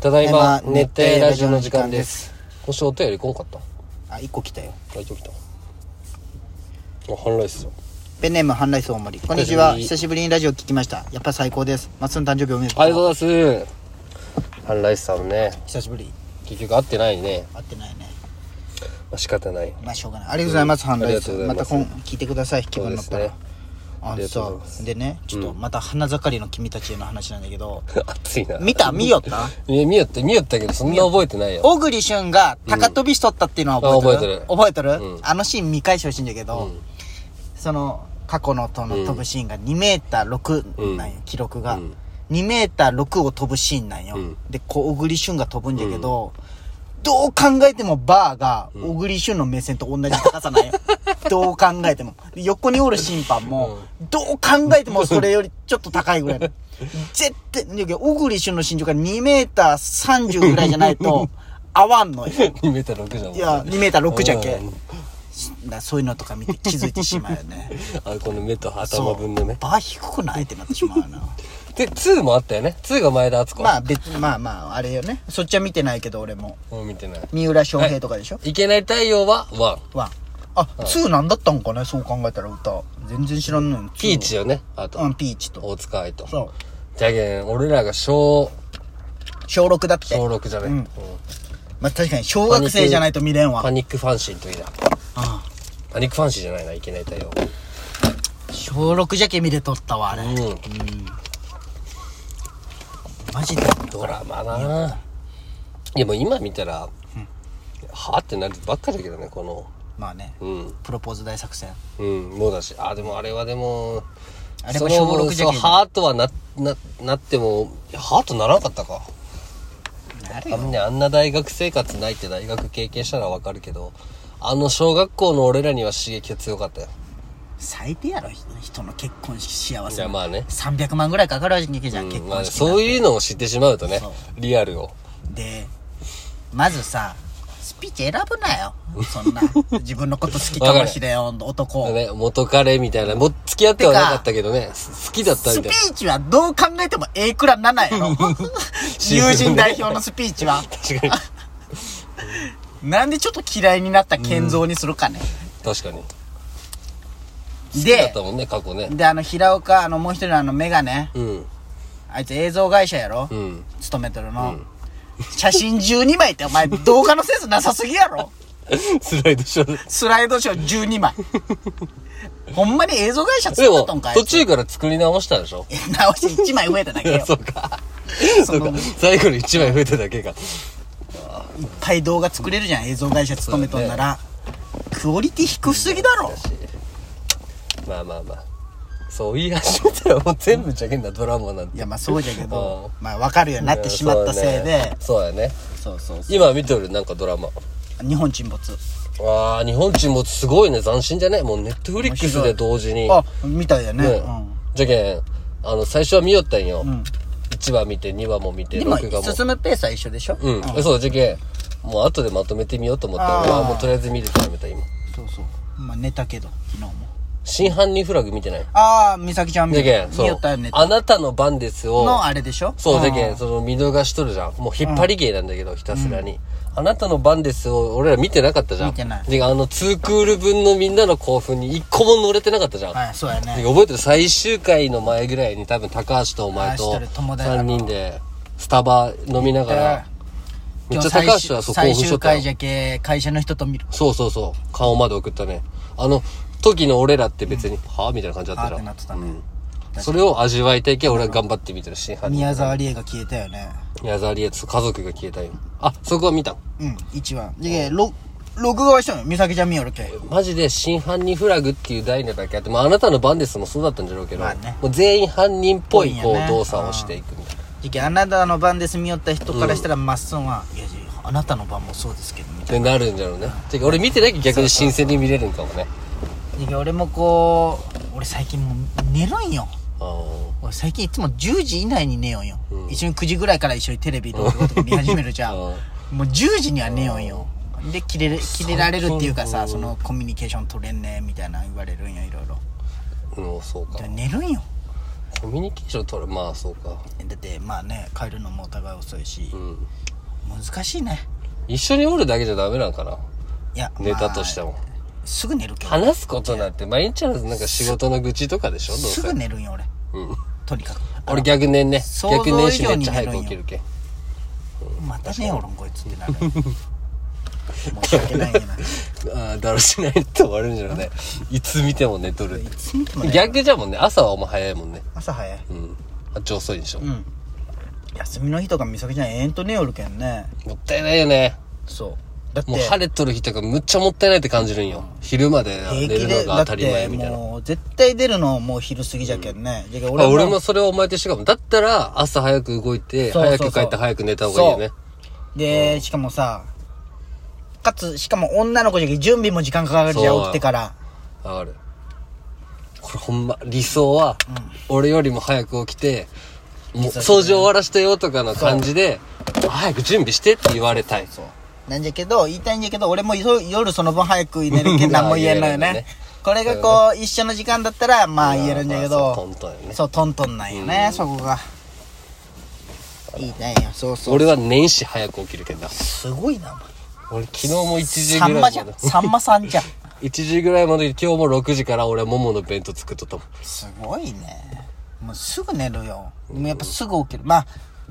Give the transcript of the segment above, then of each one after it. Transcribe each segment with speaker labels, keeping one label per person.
Speaker 1: ただいま
Speaker 2: ただいま
Speaker 1: 熱帯ラジオの時間です今週お便り来んかった
Speaker 2: あ一個来たよ
Speaker 1: 大丈夫だあ半ライスよ
Speaker 2: ペンネームハンライス大森こんにちは
Speaker 1: 久しぶり
Speaker 2: 久しぶりにラジオ聞きましたやっぱ最高です松の誕生日おめでとう
Speaker 1: ありがとうございます半ライスさんもね
Speaker 2: 久しぶり
Speaker 1: 結局会ってないね、
Speaker 2: 会ってないね
Speaker 1: まあ、仕方ない
Speaker 2: まあしょうがないありがとうございます、
Speaker 1: うん
Speaker 2: ハンライス
Speaker 1: ありがとうござ
Speaker 2: ま
Speaker 1: いま
Speaker 2: た
Speaker 1: す
Speaker 2: 今聞いてください気分になったら、
Speaker 1: そうですねあ
Speaker 2: あ
Speaker 1: りが
Speaker 2: の
Speaker 1: とうござい
Speaker 2: さ
Speaker 1: ます
Speaker 2: でねちょっとまた花盛りの君たちへの話なんだけど、
Speaker 1: 暑いな
Speaker 2: 見た見よった
Speaker 1: いや見よった見よったけどそんな覚えてないよ
Speaker 2: 小栗旬が高飛びしとったっていうのは覚えてる、
Speaker 1: うんあ
Speaker 2: 覚えてる
Speaker 1: うん
Speaker 2: あのシーン見返してほしいんだけど、
Speaker 1: うん
Speaker 2: その過去のとの飛ぶシーンが2メーター6なんよ、記録が、
Speaker 1: うん
Speaker 2: 2メーター6を飛ぶシーンなんよ、
Speaker 1: うん
Speaker 2: でこう小栗旬が飛ぶんだけど、どう考えてもバーが小栗旬の目線と同じ高さなん よどう考えてもで横におる審判も、どう考えてもそれよりちょっと高いぐら いの絶対だけど小栗旬の身長が2メーター30ぐらいじゃないと合わんの よ
Speaker 1: 2メーター6じゃん
Speaker 2: いや2メーター6じゃんけ、
Speaker 1: うん
Speaker 2: だそういうのとか見て気づいてしまうよね
Speaker 1: あこの目と 頭分のね
Speaker 2: バー低くないってなってしまう な
Speaker 1: で2もあったよね2が前田敦子
Speaker 2: まあ別まあまああれよねそっちは見てないけど俺も
Speaker 1: もう見てない
Speaker 2: 三浦翔平とかでしょ、
Speaker 1: いけない太陽は1
Speaker 2: ワンあ、ツーなんだったんかねそう考えたら歌全然知らんのよ
Speaker 1: ピーチよねあ
Speaker 2: う
Speaker 1: と
Speaker 2: んピーチと
Speaker 1: 大塚愛と
Speaker 2: そう
Speaker 1: じゃけん俺らが小
Speaker 2: 小6だって
Speaker 1: 小6じゃね、
Speaker 2: うん
Speaker 1: うん
Speaker 2: まあ確かに小学生じゃないと見れんわ
Speaker 1: パニックファンシーの時だ
Speaker 2: あ
Speaker 1: パニックファンシーじゃないないけない太陽
Speaker 2: あ小6じゃけ見れとったわあれ、
Speaker 1: うん
Speaker 2: マジで
Speaker 1: ドラマなあいやもう今見たら、はあってなるばっかだけどねこの
Speaker 2: まあね、
Speaker 1: うん
Speaker 2: プロポーズ大作戦
Speaker 1: うんもうだしあでもあれはでも
Speaker 2: あれも小六じゃけん
Speaker 1: そのそうはあとはなななってもいやはあとならなかったか
Speaker 2: なる
Speaker 1: あ
Speaker 2: よ
Speaker 1: のねあんな大学生活ないって大学経験したらわかるけどあの小学校の俺らには刺激が強かったよ
Speaker 2: 最低やろ人の結婚式幸
Speaker 1: い
Speaker 2: せ
Speaker 1: やまあね、
Speaker 2: 300万ぐらいかかるわけじゃん、
Speaker 1: う
Speaker 2: 結
Speaker 1: んまあ、
Speaker 2: 婚式
Speaker 1: そういうのを知ってしまうとね
Speaker 2: そう
Speaker 1: リアルを
Speaker 2: でまずさスピーチ選ぶなよそ んな自分のこと好きかもしれん男を
Speaker 1: ね元彼みたいなもう付き合ってはなかったけどねす好きだった
Speaker 2: ス
Speaker 1: みた
Speaker 2: ピ
Speaker 1: いな
Speaker 2: ーチはどう考えても A クラ7やろ 友人代表のスピーチは
Speaker 1: 確かに
Speaker 2: なんでちょっと嫌いになった健三にするかね、
Speaker 1: 確かにだっ
Speaker 2: で
Speaker 1: たもんね過去ね
Speaker 2: であの平岡あのもう一人のあのメガネ
Speaker 1: うん
Speaker 2: あいつ映像会社やろ、
Speaker 1: うん
Speaker 2: 勤めてるの、写真12枚ってお前動画のセンスなさすぎやろ
Speaker 1: スライドショー
Speaker 2: スライドショー12枚 ほんまに映像会社
Speaker 1: で
Speaker 2: 作っ
Speaker 1: も
Speaker 2: たんかい
Speaker 1: 途中から作り直したでしょ
Speaker 2: 直し1枚増えただけ よ
Speaker 1: そうか
Speaker 2: そ
Speaker 1: そう
Speaker 2: の
Speaker 1: か最後に1枚増えただけか
Speaker 2: いっぱい動画作れるじゃん映像会社勤めとんなら、クオリティ低すぎだろ
Speaker 1: まあまあまあそう言い始めたらもう全部じゃけんだドラマなんて
Speaker 2: いやまあそうじゃけどまあ分かるようになってしまったせいで
Speaker 1: そうやね
Speaker 2: そうそうそう
Speaker 1: 今見てるなんかドラマ
Speaker 2: 日本沈没
Speaker 1: ああ日本沈没すごいね斬新じゃねもうネットフリックスで同時に
Speaker 2: あみたいだね
Speaker 1: ね
Speaker 2: うん
Speaker 1: じゃけんあの最初は見よったんよ、
Speaker 2: ん
Speaker 1: 1話見て2話も見て
Speaker 2: 今
Speaker 1: 録画も
Speaker 2: 進むペースは一緒でしょ
Speaker 1: う
Speaker 2: うん
Speaker 1: ん、えそうじゃけんもう後でまとめてみようと思ったら
Speaker 2: あー
Speaker 1: 俺はもうとりあえず見るとやめた今
Speaker 2: そうそうまあ寝たけど昨日も
Speaker 1: 真犯人フラグ見てない
Speaker 2: ああ美咲ちゃん見
Speaker 1: じゃけん
Speaker 2: 見
Speaker 1: そ
Speaker 2: よ
Speaker 1: う
Speaker 2: ったよね
Speaker 1: あなたの番ですを
Speaker 2: のあれでしょ
Speaker 1: そうじゃけ
Speaker 2: ん
Speaker 1: んその見逃しとるじゃんもう引っ張り芸なんだけど、ひたすらに、あなたの番ですを俺ら見てなかったじゃん
Speaker 2: 見てない
Speaker 1: であの2クール分のみんなの興奮に一個も乗れてなかったじゃん、
Speaker 2: はいそうや
Speaker 1: で
Speaker 2: ね
Speaker 1: 覚えてる最終回の前ぐらいに多分高橋とお前
Speaker 2: 高
Speaker 1: と
Speaker 2: 橋と友達
Speaker 1: 3人でスタバ飲みながらめっち
Speaker 2: 今日
Speaker 1: ゃ高橋はそこを奮
Speaker 2: 最
Speaker 1: しと
Speaker 2: 終
Speaker 1: った
Speaker 2: 回
Speaker 1: よ
Speaker 2: じゃけ会社の人と見る
Speaker 1: そうそうそう顔まで送ったねあの時の俺らって別に、はあみたいな感じだ
Speaker 2: あ
Speaker 1: っ
Speaker 2: ー
Speaker 1: た
Speaker 2: っ
Speaker 1: じ
Speaker 2: て
Speaker 1: ゃ
Speaker 2: なんってたね
Speaker 1: それを味わいたいけん俺は頑張ってみてる真犯人
Speaker 2: 宮沢りえが消えたよね
Speaker 1: 宮沢りえと家族が消えたよあそこは見た
Speaker 2: うん1話でろ録画はしたのよ美咲ちゃん見よるけ
Speaker 1: マジで真犯人フラグっていう題なだけあって、まあ、あなたの番ですもそうだったんじゃろうけど、
Speaker 2: まあね
Speaker 1: もう全員犯人っぽいこ
Speaker 2: ぽいよ
Speaker 1: う
Speaker 2: ね
Speaker 1: 動作をしていくみたいな
Speaker 2: じけあなたの番です見よった人からしたらまっすんはいやいやあなたの番もそうですけどみたい
Speaker 1: ってなるんじゃろうねてか俺見てなきゃ逆に新鮮に見れるんかもね
Speaker 2: なじけ俺もこう俺最近もう寝るんよ
Speaker 1: あー
Speaker 2: 俺最近いつも10時以内に寝よんよ、一緒に9時ぐらいから一緒にテレビ録画とか見始めるじゃん
Speaker 1: うん
Speaker 2: もう10時には寝よんよで切れる切れられるっていうかさそのコミュニケーション取れんねみたいな言われるんよいろいろ
Speaker 1: うんそうか
Speaker 2: で寝るんよ
Speaker 1: コミュニケーション取るまあそうか
Speaker 2: だってまあね帰るのもお互い遅いし、
Speaker 1: うん
Speaker 2: 難しいね
Speaker 1: 一緒におるだけじゃダメなんかない
Speaker 2: や
Speaker 1: ネタとして
Speaker 2: も、
Speaker 1: も、
Speaker 2: すぐ寝るけど
Speaker 1: 話すことなんて毎日話すなんか仕事の愚痴とかでしょどう
Speaker 2: す
Speaker 1: せ
Speaker 2: ぐ寝るんよ俺
Speaker 1: うん
Speaker 2: とにかく
Speaker 1: 俺逆年ね
Speaker 2: 想像
Speaker 1: 逆年始
Speaker 2: 以
Speaker 1: め
Speaker 2: 上
Speaker 1: っ
Speaker 2: に
Speaker 1: ちゃ
Speaker 2: 寝
Speaker 1: 早
Speaker 2: る
Speaker 1: く
Speaker 2: んよ
Speaker 1: 起きるけん
Speaker 2: またねおろんこいつってなるよ申し訳 ないね
Speaker 1: ああだらしないって終わるんじゃねいつ見ても寝とる
Speaker 2: いつ見てもね
Speaker 1: 逆じゃもんね朝はお前早いもんね
Speaker 2: 朝早い
Speaker 1: うんあっち遅いでしょ、
Speaker 2: うん休みの日とか美咲ちゃん永遠と寝よるけんね
Speaker 1: もったいないよね
Speaker 2: そうだって
Speaker 1: もう晴れとる日とかむっちゃもったいないって感じるんよ昼まで
Speaker 2: 平
Speaker 1: 寝
Speaker 2: 気
Speaker 1: る
Speaker 2: で
Speaker 1: のが
Speaker 2: だ
Speaker 1: 当
Speaker 2: っ
Speaker 1: たり前
Speaker 2: て
Speaker 1: みたいな
Speaker 2: もう絶対出るのもう昼過ぎじゃけんね、じゃけ
Speaker 1: 俺も俺もそれをお前と一緒かもだったら朝早く動いて
Speaker 2: そうそうそう
Speaker 1: 早く帰って早く寝た方がいいよね
Speaker 2: でしかもさかつしかも女の子じゃけん準備も時間かかるじゃん
Speaker 1: そう
Speaker 2: 起きてから
Speaker 1: わかるこれほんま理想は、俺よりも早く起きてもう掃除終わらしてよとかの感じで早く準備してって言われたい
Speaker 2: なんじゃけど言いたいんじゃけど俺も夜夜その分早く寝るけん何も言えんの よ
Speaker 1: まあ言えない
Speaker 2: ね
Speaker 1: ね
Speaker 2: これがこう一緒の時間だったらまあ言えるんだけ
Speaker 1: ま
Speaker 2: ど
Speaker 1: あそうトントンよね
Speaker 2: そうトントンなんよね、そこが言いたいんよそうそう
Speaker 1: 俺は年始早く起きるけんな
Speaker 2: すごいなお前
Speaker 1: 俺昨日も1時
Speaker 2: さ
Speaker 1: ぐ
Speaker 2: ん
Speaker 1: ら
Speaker 2: ま
Speaker 1: い
Speaker 2: じゃ
Speaker 1: ま
Speaker 2: ん
Speaker 1: で
Speaker 2: さんまさんじゃん
Speaker 1: 1時ぐらいまで今日も6時から俺はももの弁当作っとったもん
Speaker 2: すごいねもうすぐ寝るよでもやっぱすぐ起きるまあ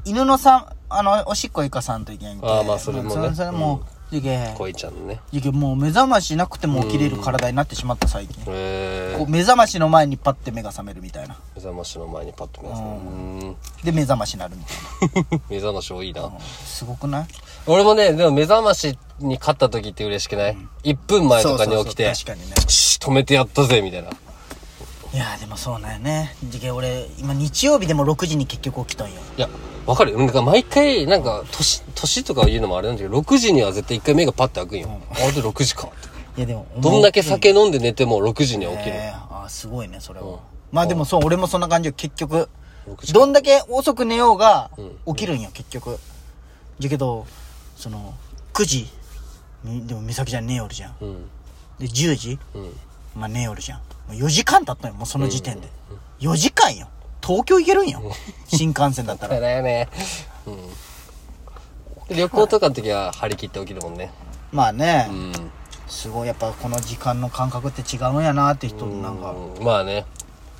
Speaker 2: 犬のさんあのおしっこいかさんといけんけ
Speaker 1: あーまあそれもね
Speaker 2: それそれもいけん
Speaker 1: 恋ちゃんのね
Speaker 2: いけんもう目覚ましなくても起きれる体になってしまった最近
Speaker 1: えー、
Speaker 2: こう目覚ましの前にパッて目が覚めるみたいな
Speaker 1: 目覚ましの前にパッと目が覚めるう
Speaker 2: で目覚ましになるみたい
Speaker 1: ーん目覚まし多いな
Speaker 2: なすごくない
Speaker 1: 俺もねでも目覚ましに勝った時って嬉しくない、1分前とかに起きて
Speaker 2: そうそうそう確かにね
Speaker 1: シー止めてやったぜみたいない
Speaker 2: やーでもそうなんよねじけ俺今日曜日でも6時に結局起きたんよ
Speaker 1: いやわかるなんか毎回なんか年年とか言うのもあれなんだけど6時には絶対1回目がパッて開くんよ、あれで6時かって
Speaker 2: いやでも思う
Speaker 1: どんだけ酒飲んで寝ても6時には起きる、
Speaker 2: えーあーすごいねそれは、まあでもそう俺もそんな感じよ結局
Speaker 1: 6時
Speaker 2: どんだけ遅く寝ようが起きるんよ、結局じゃけどその9時にでも美咲ちゃん寝よるじゃん、
Speaker 1: ん
Speaker 2: で10時、まあ寝よるじゃんもう4時間経ったんよもうその時点で、4時間よ東京行けるんよ新幹線だっ た
Speaker 1: だ
Speaker 2: ら
Speaker 1: よね。うん。旅行とかの時は張り切って起きるもんね。
Speaker 2: まあね、
Speaker 1: うん。
Speaker 2: すごいやっぱこの時間の感覚って違うんやなって人なんか、
Speaker 1: まあね。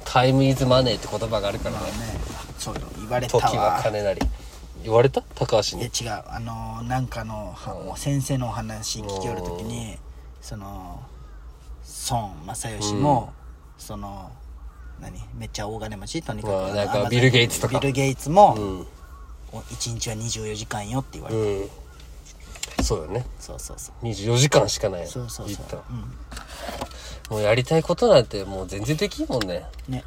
Speaker 1: タイムイズマネーって言葉があるからね。
Speaker 2: ねそうよ言われた
Speaker 1: 時
Speaker 2: わ
Speaker 1: は金なり。言われた高橋
Speaker 2: いや
Speaker 1: に。
Speaker 2: 違うあのーなんかのは先生のお話聞きよる時にその孫正義も、その何めっちゃ大金持ちとにかく
Speaker 1: まあ
Speaker 2: あの
Speaker 1: なんか
Speaker 2: アマゾン
Speaker 1: ビルゲイツとか
Speaker 2: ビル・ゲイツも、
Speaker 1: うん。
Speaker 2: お1日は24時間よって言われて、
Speaker 1: うん。そうよね。
Speaker 2: そうそうそう
Speaker 1: 24時間しかないよ。
Speaker 2: そうそう
Speaker 1: 言
Speaker 2: そ
Speaker 1: ったら
Speaker 2: う、う
Speaker 1: もうやりたいことなんてもう全然できんもんね。
Speaker 2: ん、ね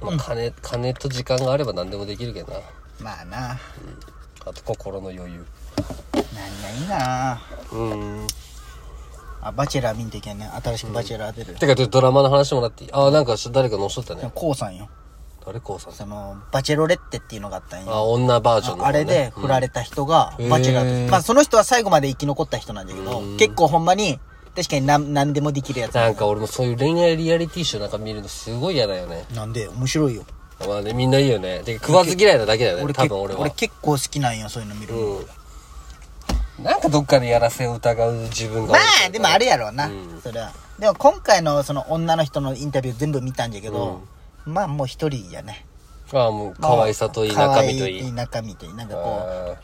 Speaker 1: まあ金、金と時間があれば何でもできるけどな。
Speaker 2: まあな
Speaker 1: あと心の余裕。
Speaker 2: 何がいいな
Speaker 1: うん。
Speaker 2: あバチェラー見んといけんね新しくバチェラー出る、
Speaker 1: てか、ドラマの話もらっていいああ、なんか誰か載しとった
Speaker 2: でも
Speaker 1: ね。
Speaker 2: こうさんよ
Speaker 1: 誰こうさん。
Speaker 2: そのバチェロレッテっていうのがあったんよ
Speaker 1: あ、女バージョンの、ね。
Speaker 2: あれで振られた人が
Speaker 1: うん
Speaker 2: バチェラーと
Speaker 1: へー
Speaker 2: まあその人は最後まで生き残った人なんだけど、結構ほんまに、確かになん何でもできるやつ。
Speaker 1: なんか俺もそういう恋愛リアリティショーなんか見るのすごい嫌だよね。
Speaker 2: なんで、面白いよ。
Speaker 1: まあね、みんないいよね。てか食わず嫌いなだけだよね、
Speaker 2: 俺
Speaker 1: 多
Speaker 2: 結
Speaker 1: 分
Speaker 2: 構
Speaker 1: 俺は。
Speaker 2: 俺結構好きなんよ、そういうの見るの。
Speaker 1: うん。なんかどっかでやらせを疑う自分が
Speaker 2: ま
Speaker 1: る
Speaker 2: あ、でもあれやろうな、それは。でも今回のその女の人のインタビュー全部見たんじゃけど、まあもう一人やね。
Speaker 1: ああ、もう可愛さといい、中身とい
Speaker 2: 可愛
Speaker 1: い。
Speaker 2: 中身といい。なんかこ
Speaker 1: あ
Speaker 2: う、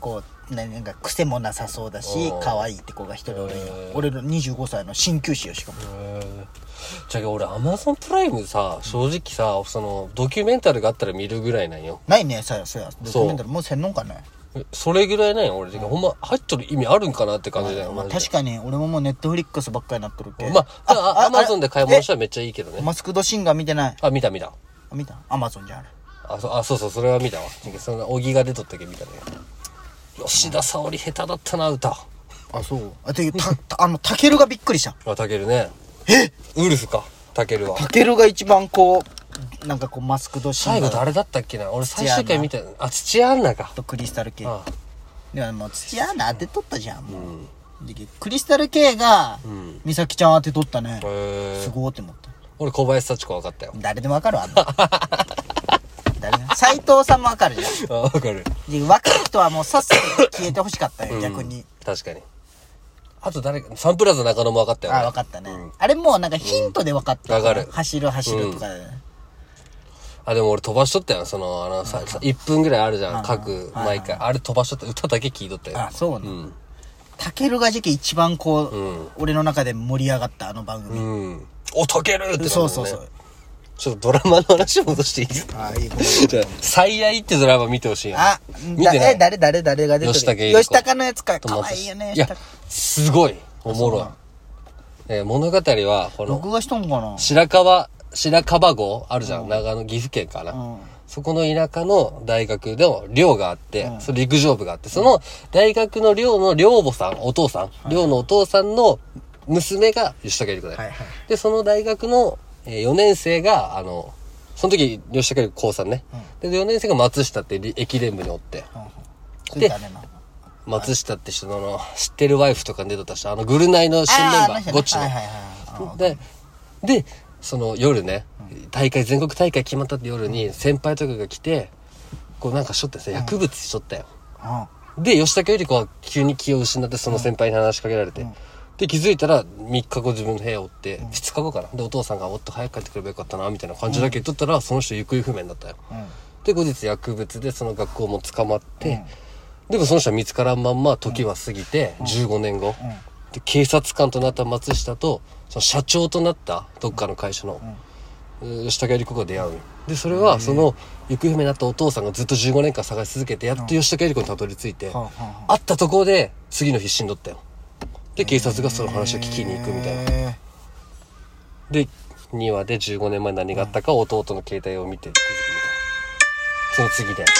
Speaker 2: こう、ななんか癖もなさそうだし
Speaker 1: うん、
Speaker 2: 可愛いって子が一人おるんよ。俺の25歳の鍼灸師よ、しかも。
Speaker 1: ーへーじゃあ俺アマゾンプライムさ、正直さ、その、ドキュメンタルがあったら見るぐらいなんよ。
Speaker 2: ないね、さや、そうや。ドキュメンタルもうせんのんかね。
Speaker 1: えそれぐらいなんよ、俺。てかほんま、入っとる意味あるんかなって感じだよ、
Speaker 2: まあ
Speaker 1: マジ
Speaker 2: 確かに俺ももうネットフリックスばっかりなっとるけ
Speaker 1: で。まあ、アマゾンで買い物したたらめっちゃいいけどね。
Speaker 2: マスクドシンガー見てない
Speaker 1: あ、見た見た。
Speaker 2: あ見たアマゾンじゃんあれ
Speaker 1: あ、そう、あ、そうそう、それは見たわ。そんな、小木が出とったけど見たね。吉田沙保里下手だったな、歌。
Speaker 2: あそうあてたた あのタケルがびっくりした
Speaker 1: あ、たけるね。
Speaker 2: え
Speaker 1: ウルフか、たけるは。
Speaker 2: タケルが一番こうなんかこうマスクドシ
Speaker 1: 最
Speaker 2: ン
Speaker 1: 後
Speaker 2: ガー
Speaker 1: 誰だったっけな俺最終回見たあ、土屋アンナか。
Speaker 2: とクリスタル系
Speaker 1: あ
Speaker 2: でももう土屋アナ当てとったじゃんもう、でクリスタル系が美咲ちゃん当てとったね
Speaker 1: へ、え
Speaker 2: すごーって思った
Speaker 1: 俺小林幸子分かったよ。
Speaker 2: 誰でもわかるわ。あんな誰でも斎藤さんもわかるじゃん。
Speaker 1: あ、分かる。
Speaker 2: で若い人はもうさっさと消えてほしかったよ、逆に。
Speaker 1: 確かに。あと誰か、サンプラザ中野も分かったよ。
Speaker 2: あ、わかったね。あれもうなんかヒントでわかったよね。
Speaker 1: わかる
Speaker 2: 走る走るとかで。
Speaker 1: あ、でも俺飛ばしとったよ。その、あの、さ、さ1分ぐらいあるじゃん。各、毎回。あれ飛ばしとった。歌だけ聞いとったよ。
Speaker 2: あ、そう
Speaker 1: う
Speaker 2: ね。
Speaker 1: ん。
Speaker 2: たけるが時期一番こう、俺の中で盛り上がったあの番組。
Speaker 1: うん。お、解けるってなるもんね
Speaker 2: そうそうそう。
Speaker 1: ちょっとドラマの話戻していい ですか
Speaker 2: あ、いいこと。
Speaker 1: じゃあ最愛ってドラマ見てほしいよ。
Speaker 2: あ、
Speaker 1: 見て
Speaker 2: だ
Speaker 1: な
Speaker 2: え、
Speaker 1: い。
Speaker 2: 誰誰誰が出てる
Speaker 1: 吉高由里子
Speaker 2: 吉高のやつか。か
Speaker 1: 友
Speaker 2: わ
Speaker 1: 達
Speaker 2: いいよね。
Speaker 1: いや
Speaker 2: 吉高、
Speaker 1: すごい。おもろい。えー物語は、この、
Speaker 2: 録画しとんかな
Speaker 1: 白川、白川郷あるじゃん。長野、岐阜県かな。
Speaker 2: うん
Speaker 1: そこの田舎の大学の寮があって、その陸上部があって、その大学の寮の寮母さん、お父さん、寮のお父さんの娘が吉高由里子だ
Speaker 2: は
Speaker 1: よ
Speaker 2: いはい。
Speaker 1: で、その大学の4年生が、あの、その時、吉高由里子高3ね。で、4年生が松下ってり駅伝部におって、
Speaker 2: そうだね。
Speaker 1: 松下って人のあの、知ってるワイフとかに出とった人、あの、グルナイの新メン
Speaker 2: あーあ
Speaker 1: バ
Speaker 2: の
Speaker 1: ー、
Speaker 2: 人ね
Speaker 1: ゴッチの
Speaker 2: はい。はいはいはい。
Speaker 1: で、で、その夜ね、大会、全国大会決まったって夜に先輩とかが来て、こうなんかしょってさ、薬物しとったよ。
Speaker 2: あ
Speaker 1: で、吉高由里子は急に気を失って、その先輩に話しかけられて。で、気づいたら、3日後自分の部屋を追って、2日後かな。で、お父さんが、おっと早く帰ってくればよかったな、みたいな感じだけ言っとったら、その人行方不明になったよ。
Speaker 2: うん。うん。
Speaker 1: で、後日薬物でその学校も捕まって、でもその人は見つからんまんま、時は過ぎて、15年後。で、警察官となった松下と、その社長となった、どっかの会社の、うん吉高由里子が出会うよでそれはその行方不明になったお父さんがずっと15年間探し続けてやっと吉高由里子にたどり着いて、
Speaker 2: はあは
Speaker 1: 会ったところで次の日死んどったよで警察がその話を聞きに行くみたいな、
Speaker 2: え
Speaker 1: で2話で15年前何があったか弟の携帯を見て気づくみたいなその次で2話で